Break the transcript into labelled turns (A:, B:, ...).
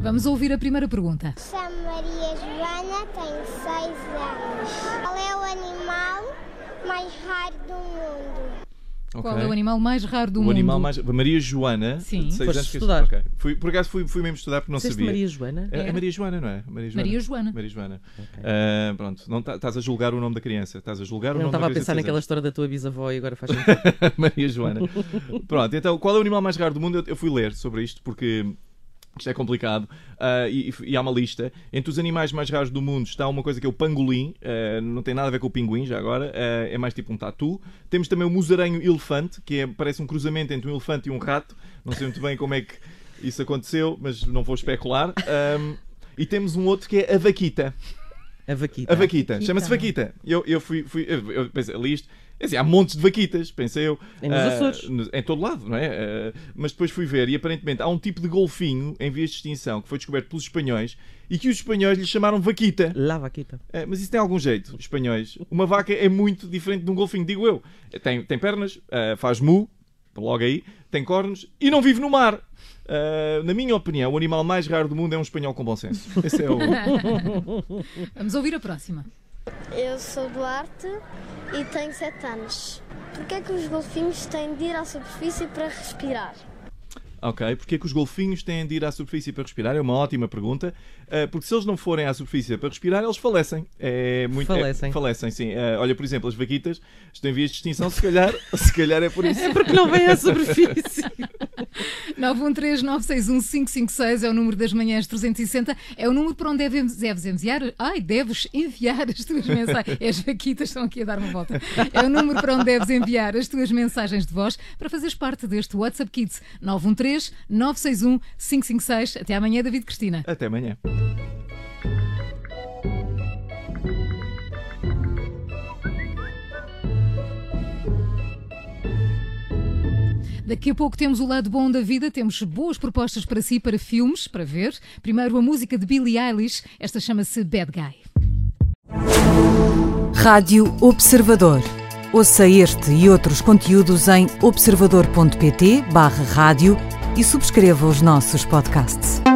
A: Vamos ouvir a primeira pergunta.
B: Chamo Maria Joana, tenho 6 anos. Qual é o animal mais raro do mundo?
A: Qual
C: Ok.
A: é o animal mais raro do
C: O
A: mundo?
C: animal mais. Maria Joana.
A: Sim.
C: de seis
D: Foste
C: anos, que-
D: estudar.
C: ok. Fui, por acaso fui, fui mesmo estudar porque não
D: Disseste
C: sabia.
D: Maria Joana?
C: É,
A: Era?
C: é Maria Joana, não é? Maria Joana.
A: Maria Joana.
C: Maria Joana. Ah, pronto, não tá- estás a julgar o nome da criança. Estás a julgar o
D: Eu não
C: nome da
D: estava a
C: criança.
D: pensar
C: de seis
D: naquela
C: anos.
D: história da tua bisavó e agora faz sentido.
C: Maria Joana. Pronto, então, qual é o animal mais raro do mundo? Eu, eu fui ler sobre isto porque isto é complicado ah, e, e- e há uma lista. Entre os animais mais raros do mundo está uma coisa que é o pangolim, ah, não tem nada a ver com o pinguim já agora, ah, é mais tipo um tatu. Temos também o musaranho elefante, que é, parece um cruzamento entre um elefante e um rato. Não sei muito bem como é que isso aconteceu, mas não vou especular. Ahm, e temos um outro que é a vaquita.
D: A vaquita.
C: A vaquita, chama-se vaquita. Eu, eu fui, fui eu, eu pensei, ali isto. é Assim, há montes de vaquitas, pensei eu.
D: E nos
C: Ah,
D: Açores.
C: no- em todo lado, não é? Ah, mas depois fui ver e aparentemente há um tipo de golfinho em vias de extinção que foi descoberto pelos espanhóis e que os espanhóis lhe chamaram vaquita.
D: Lá vaquita.
C: Ah, mas isso tem algum jeito, os espanhóis. Uma vaca é muito diferente de um golfinho, digo eu. Tem, tem pernas, ah, faz mu, logo aí, tem cornos e não vive no mar. Ah, na minha opinião, o animal mais raro do mundo é um espanhol com bom senso. Esse é o.
A: Vamos ouvir a próxima.
B: Eu sou Duarte e tenho 7 anos. Porquê é que os golfinhos têm de ir à superfície para respirar?
C: Ok, porque é que os golfinhos têm de ir à superfície para respirar? É uma ótima pergunta, ah, porque se eles não forem à superfície para respirar, eles falecem. É muito, é-
D: Falecem.
C: falecem, sim. Ah, olha, por exemplo, as vaquitas estão em vias de extinção, se calhar, se calhar é por isso.
D: É porque não vem à superfície.
A: 913-961-556 é o número das manhãs 360. É o número para onde deves, deves enviar. Ai, deves enviar as tuas mensagens. É, As vaquitas estão aqui a dar uma volta. É o número para onde deves enviar as tuas mensagens de voz para fazeres parte deste WhatsApp Kids. 913-961-556. Até amanhã, David Cristina.
C: Até amanhã.
A: Daqui a pouco temos o lado bom da vida, temos boas propostas para si, para filmes, para ver. Primeiro a música de Billie Eilish, esta chama-se Bad Guy.
E: Rádio Observador. Ouça este e outros conteúdos em observador.pt/barra rádio e subscreva os nossos podcasts.